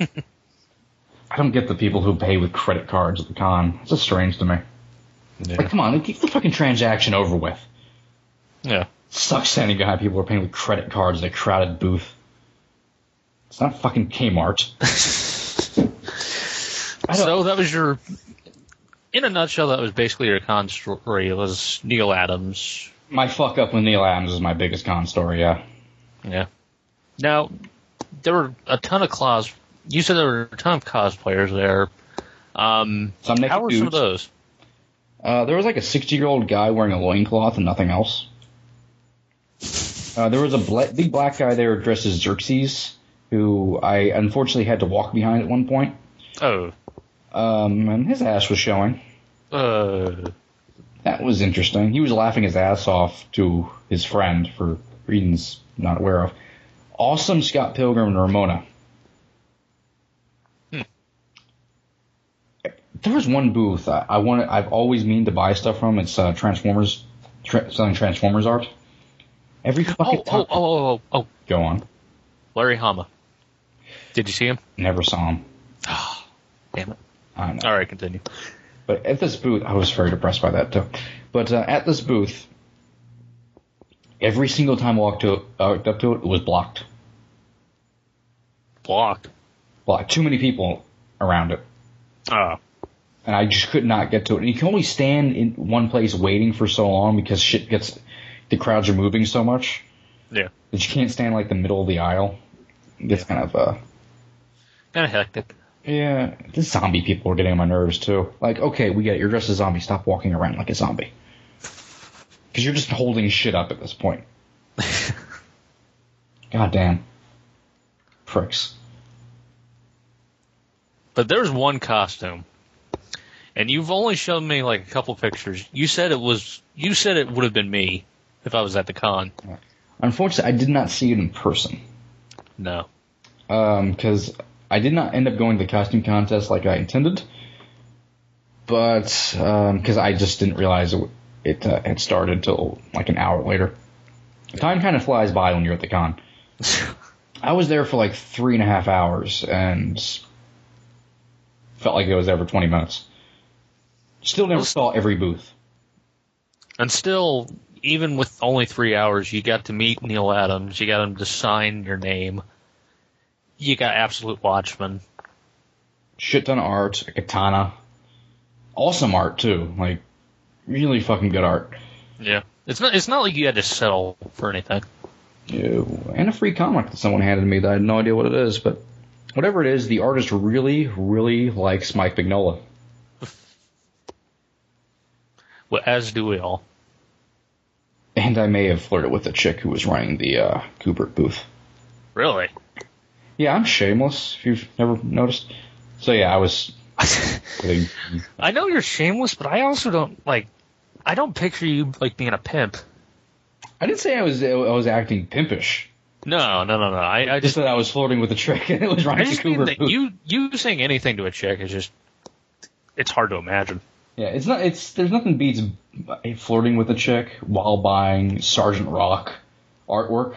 Speaker 4: I don't get the people who pay with credit cards at the con. It's just strange to me.
Speaker 3: Yeah.
Speaker 4: Like, come on, get the fucking transaction over with.
Speaker 3: yeah.
Speaker 4: Sucks any guy people are paying with credit cards at a crowded booth. It's not fucking Kmart. I don't-
Speaker 3: So that was your, in a nutshell, that was basically your con story. It was Neil Adams.
Speaker 4: My fuck up with Neil Adams is my biggest con story. Yeah.
Speaker 3: Yeah. Now, there were a ton of cos. You said there were a ton of cosplayers there. Um,
Speaker 4: Some naked
Speaker 3: how were some of
Speaker 4: dudes.
Speaker 3: those?
Speaker 4: Uh, there was like a 60 year old guy wearing a loincloth and nothing else. Uh, there was a bla- big black guy there dressed as Xerxes, who I unfortunately had to walk behind at one point,
Speaker 3: Oh,
Speaker 4: um, and his ass was showing.
Speaker 3: uh,
Speaker 4: That was interesting. He was laughing his ass off to his friend for reasons not aware of. Awesome Scott Pilgrim and Ramona.
Speaker 3: Hmm.
Speaker 4: There was one booth I, I wanted. I've always meaned to buy stuff from. It's uh, Transformers, tra- selling Transformers art. Every
Speaker 3: oh,
Speaker 4: fucking
Speaker 3: oh, oh,
Speaker 4: time.
Speaker 3: oh, oh, oh,
Speaker 4: Go on.
Speaker 3: Larry Hama. Did you see him?
Speaker 4: Never saw him.
Speaker 3: Damn it.
Speaker 4: I know.
Speaker 3: All right, continue.
Speaker 4: But at this booth, I was very depressed by that too. But uh, at this booth, every single time I walked to uh, up to it, it was blocked.
Speaker 3: Blocked.
Speaker 4: Well, too many people around it,
Speaker 3: Oh,
Speaker 4: and I just could not get to it. And you can only stand in one place waiting for so long because shit gets the crowds are moving so much
Speaker 3: yeah.
Speaker 4: that you can't stand like the middle of the aisle. It's kind of uh
Speaker 3: Kind of hectic.
Speaker 4: yeah. The zombie people are getting on my nerves too. Like, okay, we get it. You're dressed as a zombie. Stop walking around like a zombie because you're just holding shit up at this point. God damn, pricks.
Speaker 3: But there's one costume, and you've only shown me like a couple pictures. You said it was. You said it would have been me if I was at the con.
Speaker 4: Unfortunately, I did not see it in person.
Speaker 3: No.
Speaker 4: because Um, I did not end up going to the costume contest like I intended, but because I just didn't realize it, w- it uh, had started till like an hour later. Time kind of flies by when you're at the con. I was there for like three and a half hours, and felt like it was there for 20 minutes. Still never saw every booth.
Speaker 3: And still, even with only three hours, you got to meet Neil Adams. You got him to sign your name. You got Absolute Watchmen.
Speaker 4: Shit ton of art, a katana. Awesome art, too. Like, really fucking good art.
Speaker 3: Yeah. It's not, it's not like you had to settle for anything.
Speaker 4: Ew. And a free comic that someone handed me that I had no idea what it is, but whatever it is, the artist really, really likes Mike Mignola.
Speaker 3: Well, as do we all.
Speaker 4: And I may have flirted with the chick who was running the uh, Kubrick booth.
Speaker 3: Really?
Speaker 4: Yeah, I'm shameless, if you've never noticed. So, yeah, I was. getting-
Speaker 3: I know you're shameless, but I also don't, like, I don't picture you, like, being a pimp.
Speaker 4: I didn't say I was I was acting pimpish.
Speaker 3: No, no, no, no. I, I
Speaker 4: Just
Speaker 3: just,
Speaker 4: that I was flirting with a chick and it was
Speaker 3: I
Speaker 4: running the
Speaker 3: just mean
Speaker 4: Kubrick
Speaker 3: that
Speaker 4: booth.
Speaker 3: you, you saying anything to a chick is just, it's hard to imagine.
Speaker 4: Yeah, it's not. It's there's nothing beats flirting with a chick while buying Sergeant Rock artwork.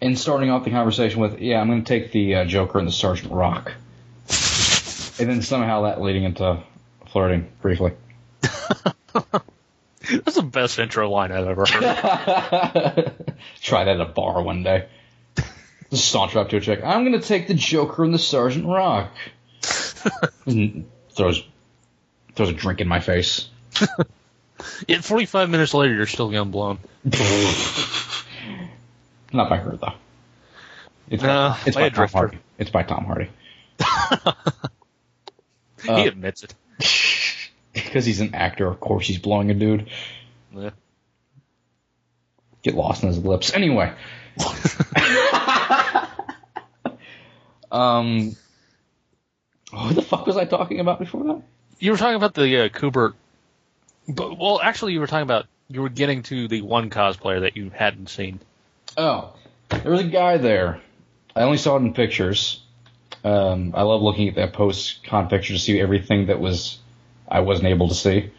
Speaker 4: and starting off the conversation with, "Yeah, I'm going to take the uh, Joker and the Sergeant Rock," and then somehow that leading into flirting briefly.
Speaker 3: That's the best intro line I've ever heard.
Speaker 4: Try that at a bar one day. Just saunter up to a chick. I'm going to take the Joker and the Sergeant Rock. And throws throws a drink in my face.
Speaker 3: Yet 45 minutes later, you're still getting blown.
Speaker 4: Not by her though. It's
Speaker 3: No,
Speaker 4: it's
Speaker 3: Uh, by
Speaker 4: by
Speaker 3: a
Speaker 4: Tom
Speaker 3: drifter.
Speaker 4: Hardy. It's by Tom Hardy
Speaker 3: he admits it.
Speaker 4: because he's an actor. Of course, he's blowing a dude.
Speaker 3: Yeah.
Speaker 4: Get lost in his lips. Anyway. um. What the fuck was I talking about before that?
Speaker 3: You were talking about the uh, Kubert, but well, actually, you were talking about you were getting to the one cosplayer that you hadn't seen.
Speaker 4: Oh, there was a guy there. I only saw it in pictures. Um, I love looking at that post con picture to see everything that was I wasn't able to see.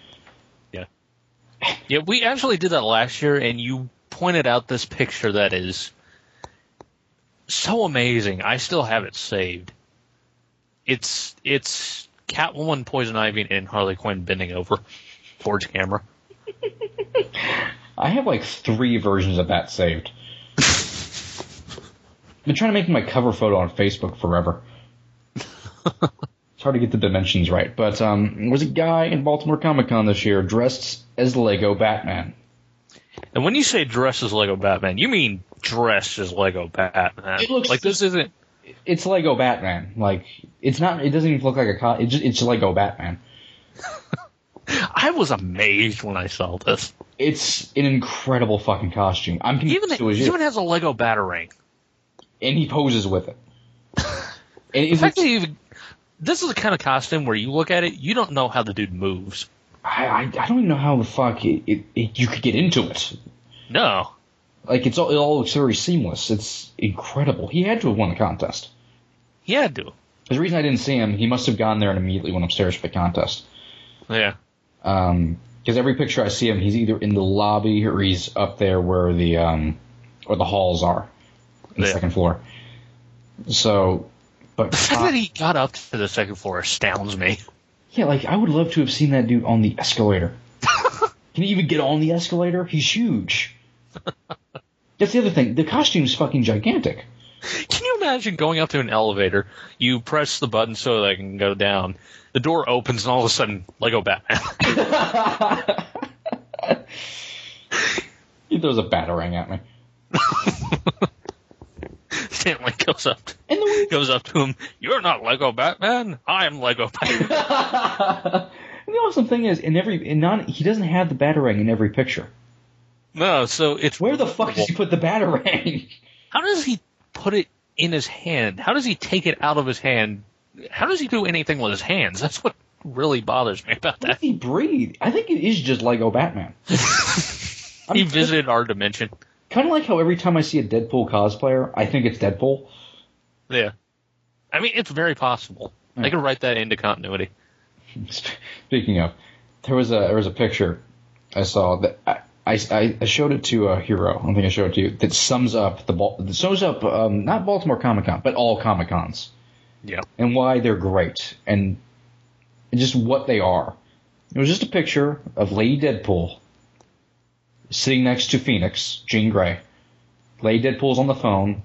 Speaker 3: Yeah, we actually did that last year, and you pointed out this picture that is so amazing. I still have it saved. It's it's Catwoman, Poison Ivy, and Harley Quinn bending over towards camera.
Speaker 4: I have like three versions of that saved. I've been trying to make my cover photo on Facebook forever. it's hard to get the dimensions right, but um, there was a guy in Baltimore Comic Con this year dressed as Lego Batman.
Speaker 3: And when you say dress as Lego Batman, you mean dress as Lego Batman.
Speaker 4: It looks-
Speaker 3: like this isn't.
Speaker 4: It's Lego Batman. Like it's not. It doesn't even look like a. Co- it just, it's Lego Batman.
Speaker 3: I was amazed when I saw this.
Speaker 4: It's an incredible fucking costume. I'm
Speaker 3: Even
Speaker 4: convinced it was you.
Speaker 3: even has a Lego batarang.
Speaker 4: and he poses with it. And it
Speaker 3: In fact, they even- this is the kind of costume where you look at it, you don't know how the dude moves.
Speaker 4: I, I, I don't even know how the fuck it, it, it, you could get into it.
Speaker 3: No,
Speaker 4: Like it's all it all looks very seamless. It's incredible. He had to have won the contest.
Speaker 3: he had to.
Speaker 4: The reason I didn't see him, he must have gone there and immediately went upstairs for the contest.
Speaker 3: Yeah,
Speaker 4: Because every picture I see him, he's either in the lobby or he's up there where the um, or the halls are, in the
Speaker 3: Yeah.
Speaker 4: second floor. So, but
Speaker 3: the fact that he got up to the second floor astounds me.
Speaker 4: Yeah, like I would love to have seen that dude on the escalator. Can he even get on the escalator? He's huge. That's the other thing. The costume's fucking gigantic.
Speaker 3: Can you imagine going up to an elevator? You press the button so that it can go down. The door opens, and all of a sudden, Lego Batman.
Speaker 4: He throws a batarang at me.
Speaker 3: Stanley goes up, to,
Speaker 4: And the way,
Speaker 3: goes up to him. You're not Lego Batman. I'm Lego Batman.
Speaker 4: and the awesome thing is, in every in non, he doesn't have the batarang in every picture.
Speaker 3: no, so it's
Speaker 4: Where the fuck does he put the batarang?
Speaker 3: how does he put it in his hand? How does he take it out of his hand? How does he do anything with his hands? That's what really bothers me about
Speaker 4: How does
Speaker 3: that.
Speaker 4: he breathe? I think it is just Lego Batman. I
Speaker 3: He
Speaker 4: mean,
Speaker 3: visited our dimension.
Speaker 4: kind of like how every time I see a Deadpool cosplayer, I think it's Deadpool.
Speaker 3: Yeah. Hmm. I mean, it's very possible. They could write that into continuity.
Speaker 4: Speaking of, there was a there was a picture I saw that I, I, I, I showed it to a hero. I think I showed it to you. That sums up the Bal- that sums up um, not Baltimore Comic Con, but all Comic Cons.
Speaker 3: Yeah.
Speaker 4: And why they're great and, and just what they are. It was just a picture of Lady Deadpool sitting next to Phoenix, Jean Grey. Lady Deadpool's on the phone.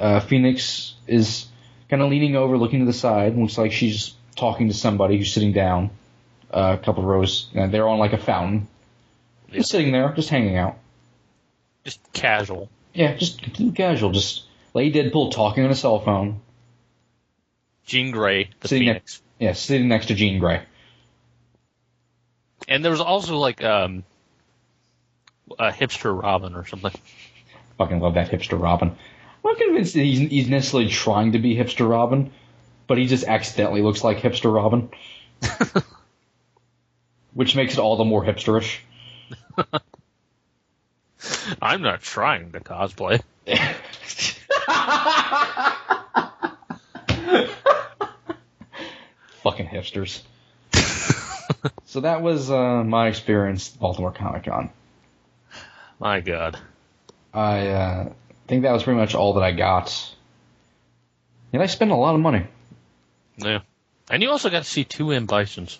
Speaker 4: Uh, Phoenix is kind of leaning over, looking to the side. Looks like she's talking to somebody who's sitting down uh, a couple rows. And they're on like a fountain. Just sitting there, just hanging out.
Speaker 3: Just casual.
Speaker 4: Yeah, just completely casual. Just Lady Deadpool talking on a cell phone.
Speaker 3: Jean Grey, the
Speaker 4: sitting
Speaker 3: Phoenix.
Speaker 4: next, yeah, sitting next to Jean Grey.
Speaker 3: And there was also like um, a hipster Robin or something.
Speaker 4: Fucking love that hipster Robin. I'm not convinced that he's, he's necessarily trying to be hipster Robin, but he just accidentally looks like hipster Robin, which makes it all the more hipsterish.
Speaker 3: I'm not trying to cosplay.
Speaker 4: Fucking hipsters. so that was uh, my experience at Baltimore Comic Con.
Speaker 3: My God.
Speaker 4: I uh, think that was pretty much all that I got. And I spent a lot of money.
Speaker 3: Yeah. And you also got to see two M Bisons.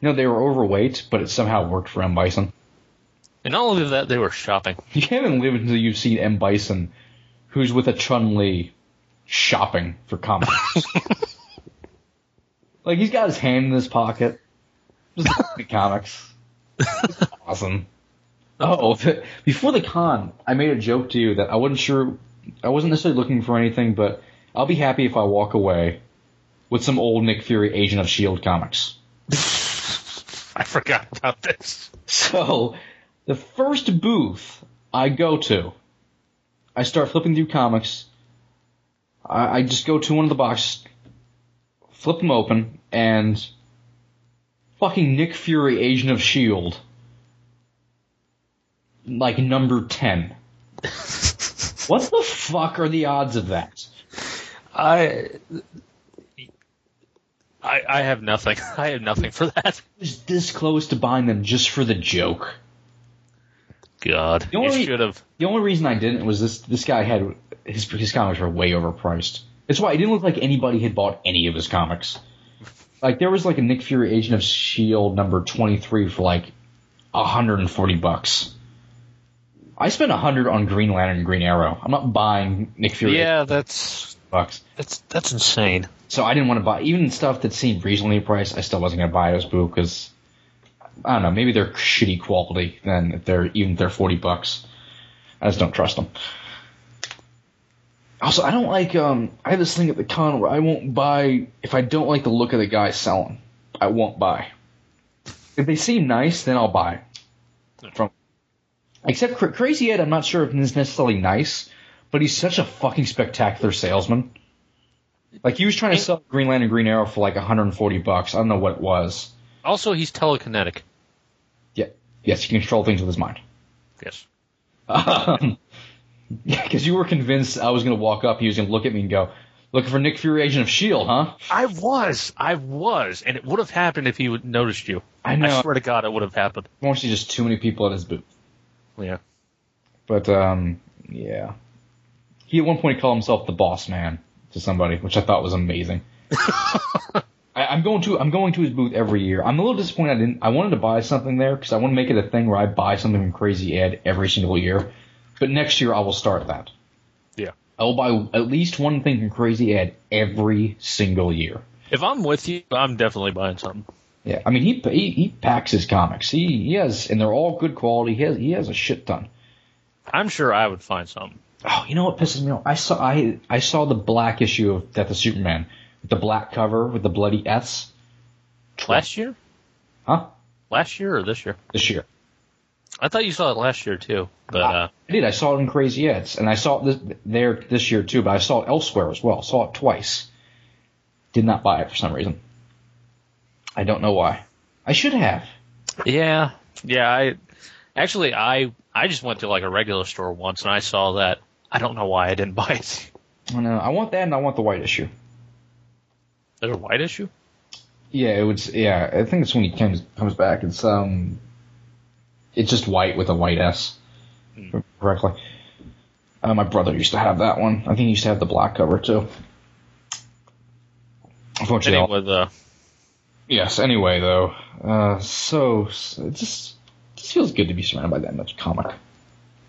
Speaker 4: You know, they were overweight, but it somehow worked for M. Bison.
Speaker 3: And not only that, they were shopping.
Speaker 4: You haven't lived until you've seen M. Bison, who's with a Chun Li, shopping for comics. like, he's got his hand in his pocket, just looking at comics. It's awesome. Oh, before the con, I made a joke to you that I wasn't sure, I wasn't necessarily looking for anything, but I'll be happy if I walk away with some old Nick Fury Agent of S.H.I.E.L.D. E comics.
Speaker 3: I forgot about this.
Speaker 4: So, the first booth I go to, I start flipping through comics. I, I just go to one of the boxes, flip them open, and fucking Nick Fury, Agent of S.H.I.E.L.D., E like number 10. what the fuck are the odds of that?
Speaker 3: I. I, I have nothing. I have nothing for that.
Speaker 4: I was this close to buying them just for the joke.
Speaker 3: God,
Speaker 4: only-
Speaker 3: you should have.
Speaker 4: The only reason I didn't was this this guy had his his comics were way overpriced. That's why it didn't look like anybody had bought any of his comics. Like there was like a Nick Fury Agent of Shield E number twenty three for like hundred and forty bucks. I spent a hundred on Green Lantern and Green Arrow. I'm not buying Nick Fury Agent
Speaker 3: Yeah, that's
Speaker 4: of bucks.
Speaker 3: that's that's insane.
Speaker 4: So I didn't want to buy even stuff that seemed reasonably priced. I still wasn't gonna buy those boo because I don't know. Maybe they're shitty quality. Then if they're even if they're forty bucks, I just don't trust them. Also, I don't like. Um, I have this thing at the con where I won't buy if I don't like the look of the guy selling. I won't buy. If they seem nice, then I'll buy. From except Cra- Crazy Ed, I'm not sure if he's necessarily nice, but he's such a fucking spectacular salesman. Like he was trying to sell Green Lantern Green Arrow for like 140 bucks. I don't know what it was.
Speaker 3: Also, he's telekinetic.
Speaker 4: Yeah. Yes, he can control things with his mind.
Speaker 3: Yes.
Speaker 4: Um, because you were convinced I was going to walk up, he was going to look at me and go, "Looking for Nick Fury, Agent of Shield, E huh?"
Speaker 3: I was, I was, and it would have happened if he would noticed you.
Speaker 4: I know.
Speaker 3: I swear to God, it would have happened.
Speaker 4: Mostly just too many people at his booth.
Speaker 3: Yeah.
Speaker 4: But um, yeah. He at one point called himself the boss man to somebody, which I thought was amazing. I, I'm going to I'm going to his booth every year. I'm a little disappointed. I didn't. I wanted to buy something there because I want to make it a thing where I buy something from Crazy Ed every single year. But next year I will start that.
Speaker 3: Yeah.
Speaker 4: I will buy at least one thing from Crazy Ed every single year.
Speaker 3: If I'm with you, I'm definitely buying something.
Speaker 4: Yeah, I mean he he, he packs his comics. He he has and they're all good quality. He has he has a shit ton.
Speaker 3: I'm sure I would find something.
Speaker 4: Oh, you know what pisses me off? I saw I I saw the black issue of Death of Superman with the black cover with the bloody S.
Speaker 3: Last year?
Speaker 4: Huh?
Speaker 3: Last year or this year?
Speaker 4: This year.
Speaker 3: I thought you saw it last year too, but uh,
Speaker 4: I did. I saw it in Crazy Ed's, and I saw it this, there this year too. But I saw it elsewhere as well. Saw it twice. Did not buy it for some reason. I don't know why. I should have.
Speaker 3: yeah, yeah. I actually, I I just went to like a regular store once and I saw that. I don't know why I didn't buy it.
Speaker 4: I know. I want that, and I want the white issue.
Speaker 3: Is it a white issue?
Speaker 4: Yeah, it would. Yeah, I think it's when he comes comes back. It's um, it's just white with a white S.
Speaker 3: Hmm.
Speaker 4: Correctly. Uh, my brother used to have that one. I think he used to have the black cover too. Unfortunately, all-
Speaker 3: Anyway, the
Speaker 4: Yes. Anyway, though, uh, so, s it just just feels good to be surrounded by that much comic.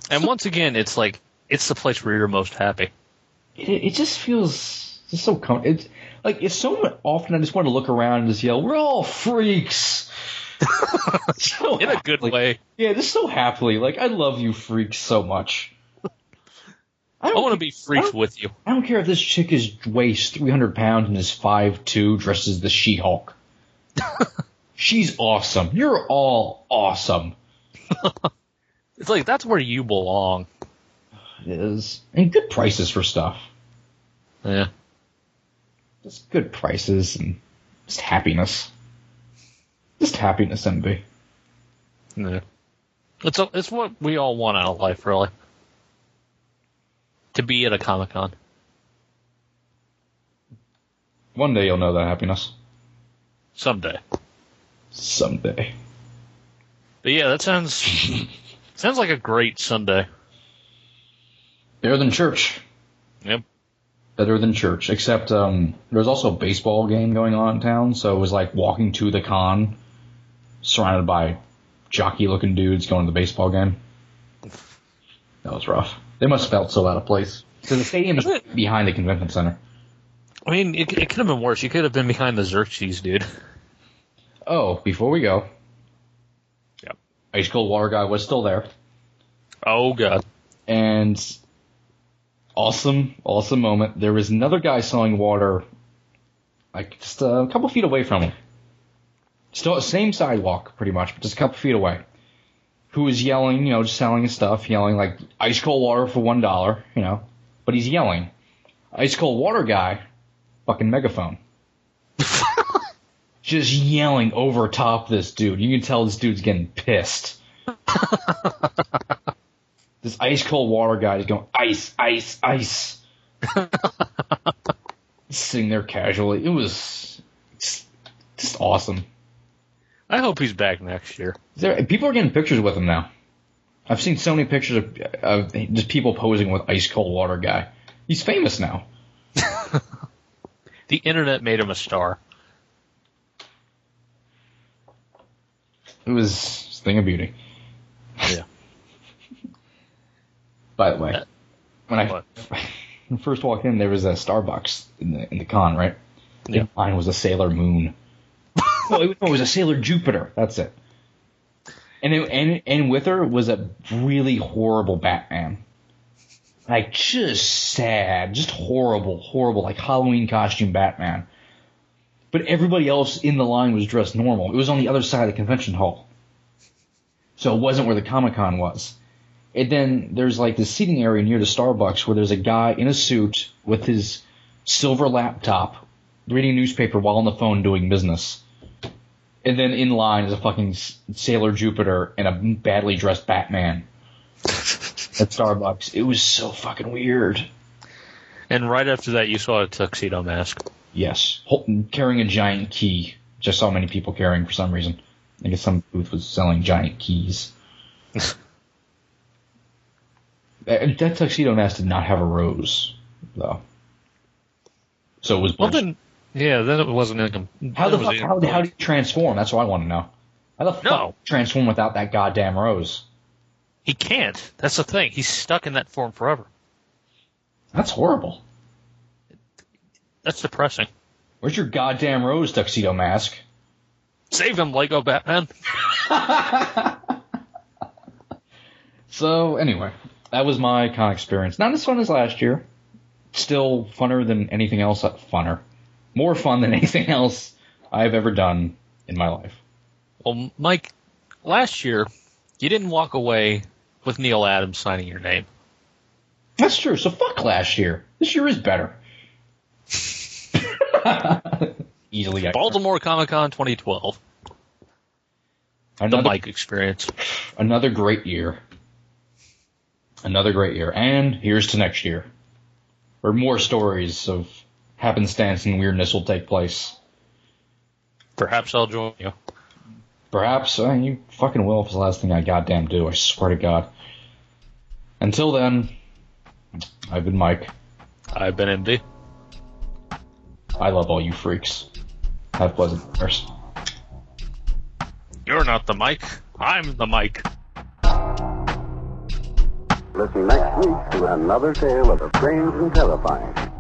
Speaker 3: and once again, it's like it's the place where you're most happy.
Speaker 4: It, it just feels just so com- it's like it's so often I just want to look around and just yell, "We're all freaks!" so
Speaker 3: in a good
Speaker 4: happily.
Speaker 3: way.
Speaker 4: Yeah, just so happily. Like I love you, freaks, so much. I
Speaker 3: I
Speaker 4: don't,
Speaker 3: want to be freaked with you.
Speaker 4: I don't care if this chick is weighs three hundred pounds and is five two, dressed as the She Hulk. She's awesome. You're all awesome.
Speaker 3: It's like that's where you belong.
Speaker 4: is and good prices for stuff.
Speaker 3: Yeah.
Speaker 4: Just good prices and just happiness. Just happiness, MB.
Speaker 3: Yeah. It's a, it's what we all want out of life, really. To be at a comic con.
Speaker 4: One day you'll know that happiness.
Speaker 3: Someday.
Speaker 4: Someday.
Speaker 3: But yeah, that sounds sounds like a great Sunday.
Speaker 4: Better than church.
Speaker 3: Yep.
Speaker 4: Better than church. Except um, there was also a baseball game going on in town, so it was like walking to the con, surrounded by jockey-looking dudes going to the baseball game. That was rough. They must have felt so out of place. So the stadium's behind the convention center.
Speaker 3: I mean, it, it could have been worse. You could have been behind the Xerxes, dude.
Speaker 4: Oh, before we go.
Speaker 3: Yep.
Speaker 4: Ice Cold Water Guy was still there.
Speaker 3: Oh god.
Speaker 4: And awesome, awesome moment. There was another guy selling water, like just a couple feet away from him. Still, same sidewalk, pretty much, but just a couple feet away. Who was yelling, you know, just selling his stuff, yelling like ice cold water for one dollar, you know. But he's yelling, ice cold water guy, fucking megaphone. just yelling over top this dude. You can tell this dude's getting pissed. this ice cold water guy is going ice, ice, ice. Sitting there casually. It was just just awesome.
Speaker 3: I hope he's back next year.
Speaker 4: There, people are getting pictures with him now. I've seen so many pictures of, of just people posing with ice cold water guy. He's famous now.
Speaker 3: The internet made him a star.
Speaker 4: It was a thing of beauty.
Speaker 3: Yeah. Uh,
Speaker 4: By the way, when I
Speaker 3: What?
Speaker 4: when I first walked in, there was a Starbucks in the in the con, right?
Speaker 3: Yeah.
Speaker 4: Mine was a Sailor Moon. no, it, was- no, it was a Sailor Jupiter. That's it. And it, and and with her was a really horrible Batman. Like just sad, just horrible, horrible, like Halloween costume Batman. But everybody else in the line was dressed normal. It was on the other side of the convention hall. So it wasn't where the Comic Con was. And then there's like this seating area near the Starbucks where there's a guy in a suit with his silver laptop reading a newspaper while on the phone doing business. And then in line is a fucking S- Sailor Jupiter and a badly dressed Batman at Starbucks. It was so fucking weird.
Speaker 3: And right after that, you saw a tuxedo mask.
Speaker 4: Yes. Hol- Carrying a giant key. Just saw many people carrying for some reason. I guess some booth was selling giant keys. Uh, that, that tuxedo mask did not have a rose, though. So it was.
Speaker 3: Well,
Speaker 4: bullshit.
Speaker 3: then, yeah, then it wasn't income.
Speaker 4: how the
Speaker 3: then it
Speaker 4: fuck,
Speaker 3: was
Speaker 4: how, how do you transform? That's what I want to know. How the fuck
Speaker 3: No.
Speaker 4: do you transform without that goddamn rose?
Speaker 3: He can't. That's the thing. He's stuck in that form forever.
Speaker 4: That's horrible.
Speaker 3: That's depressing.
Speaker 4: Where's your goddamn rose tuxedo mask?
Speaker 3: Save him, Lego Batman.
Speaker 4: So anyway, that was my con experience. Not as fun as last year. Still funner than anything else. uh, Funner, more fun than anything else I've ever done in my life.
Speaker 3: Well, Mike, last year you didn't walk away with Neil Adams signing your name.
Speaker 4: That's true. So fuck last year. This year is better. Easily.
Speaker 3: Baltimore Comic Con 2012, the
Speaker 4: Another,
Speaker 3: Mike experience.
Speaker 4: another great year. Another great year. And here's to next year, where more stories of happenstance and weirdness will take place.
Speaker 3: Perhaps I'll join you.
Speaker 4: Perhaps uh, you fucking will if it's the last thing I goddamn do. I swear to God. Until then, I've been Mike.
Speaker 3: I've been MD.
Speaker 4: I love all you freaks. Have pleasant dinners.
Speaker 3: You're not the mic. I'm the mic.
Speaker 6: Listen next week to another tale of the strange and terrifying.